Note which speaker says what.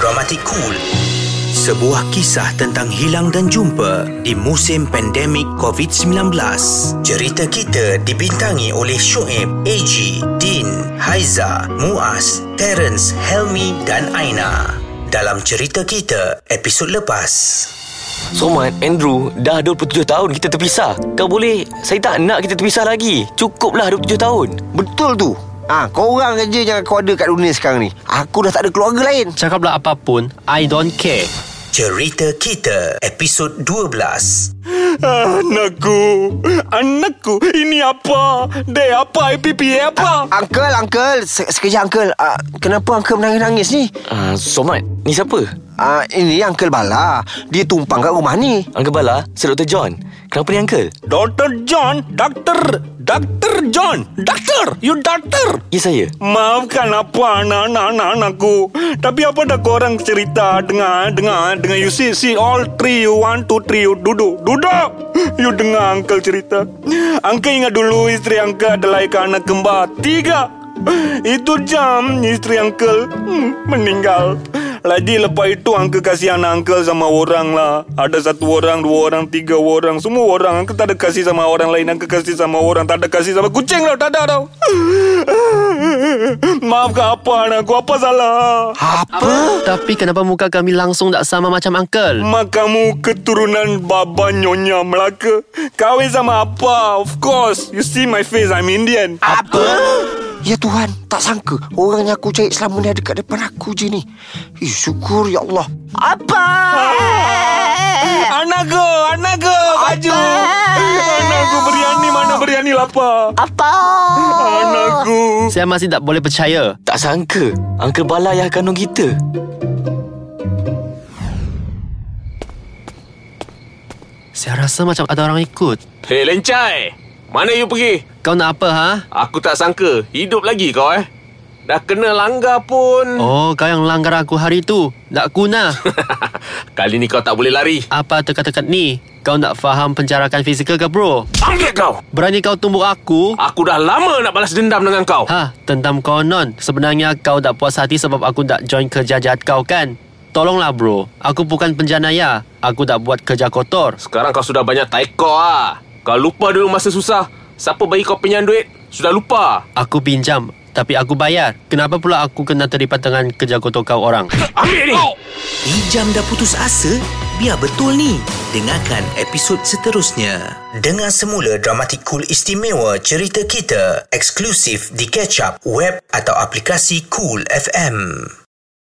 Speaker 1: Dramatik Cool. Sebuah kisah tentang hilang dan jumpa di musim pandemik COVID-19. Cerita kita dibintangi oleh Shoaib, AG, Din, Haiza, Muaz, Terence, Helmi dan Aina. Dalam cerita kita, episod lepas.
Speaker 2: Somat, Andrew, dah 27 tahun kita terpisah. Kau boleh, saya tak nak kita terpisah lagi. Cukuplah 27 tahun.
Speaker 3: Betul tu Ah, ha, korang kerja yang aku ada kat dunia sekarang ni Aku dah tak ada keluarga lain
Speaker 4: Cakaplah apa pun I don't care
Speaker 1: Cerita kita, episod 12.
Speaker 5: Anakku Anakku Ini apa Dek apa IPP eh, apa
Speaker 3: Uncle, Uncle se- Sekejap Uncle uh, Kenapa Uncle menangis-nangis ni?
Speaker 2: Ah, Somat, ni siapa?
Speaker 3: Uh, ini Uncle Bala Dia tumpang kat rumah ni
Speaker 2: Uncle Bala, saya Dr. John. Kenapa ni Uncle?
Speaker 5: Dr. John Dr. Dr. John Doctor You doctor
Speaker 2: Ya, saya.
Speaker 5: Maafkan apa anak-anak-anakku Tapi apa dah korang cerita Dengar Dengar Dengar you see See all three You one two three You duduk Duduk You dengar uncle cerita Uncle ingat dulu Isteri uncle adalah ikan anak kembar Tiga Itu jam Isteri uncle hmm, Meninggal Lagi lepas itu Angka kasih anak Angka sama orang lah Ada satu orang Dua orang Tiga orang Semua orang Angka tak ada kasih sama orang lain Angka kasih sama orang Tak ada kasih sama kucing lah Tak ada tau Maafkan apa anak aku Apa salah
Speaker 4: Apa? Tapi kenapa muka kami langsung tak sama macam uncle?
Speaker 5: Mak kamu keturunan Baba Nyonya Melaka Kahwin sama apa Of course You see my face I'm Indian
Speaker 3: Ya Tuhan Tak sangka Orang yang aku cari selama ni ada kat depan aku je ni Eh, syukur Ya Allah
Speaker 5: Anakku Anakku Baju Anakku biryani Mana biryani lapar Apa Anakku
Speaker 4: Saya masih tak boleh percaya
Speaker 2: Tak sangka, Uncle Bala yang kandung kita.
Speaker 4: Saya rasa macam ada orang ikut
Speaker 6: Hei lencai Mana you pergi?
Speaker 4: Kau nak apa ha?
Speaker 6: Aku tak sangka Hidup lagi kau eh Dah kena langgar pun
Speaker 4: Oh, kau yang langgar aku hari tu Tak guna
Speaker 6: Kali ni kau tak boleh lari
Speaker 4: Apa tekat-tekat ni? Kau nak faham penjarakan fizikal ke bro?
Speaker 6: Angkat kau
Speaker 4: Berani kau tumbuk aku?
Speaker 6: Aku dah lama nak balas dendam dengan kau
Speaker 4: Ha, tentam konon Sebenarnya kau tak puas hati sebab aku tak join kerja jahat kau kan? Tolonglah bro Aku bukan penjanaya Aku tak buat kerja kotor
Speaker 6: Sekarang kau sudah banyak taiko ah. Kau lupa dulu masa susah Siapa bagi kau pinjam duit Sudah lupa
Speaker 4: Aku pinjam Tapi aku bayar Kenapa pula aku kena terlibat dengan kerja kotor kau orang?
Speaker 6: Ambil ni
Speaker 1: Ijam dah putus asa? Biar betul ni. Dengarkan episod seterusnya. Dengar semula Dramatik Cool istimewa cerita kita eksklusif di Catch Up web atau aplikasi Cool FM.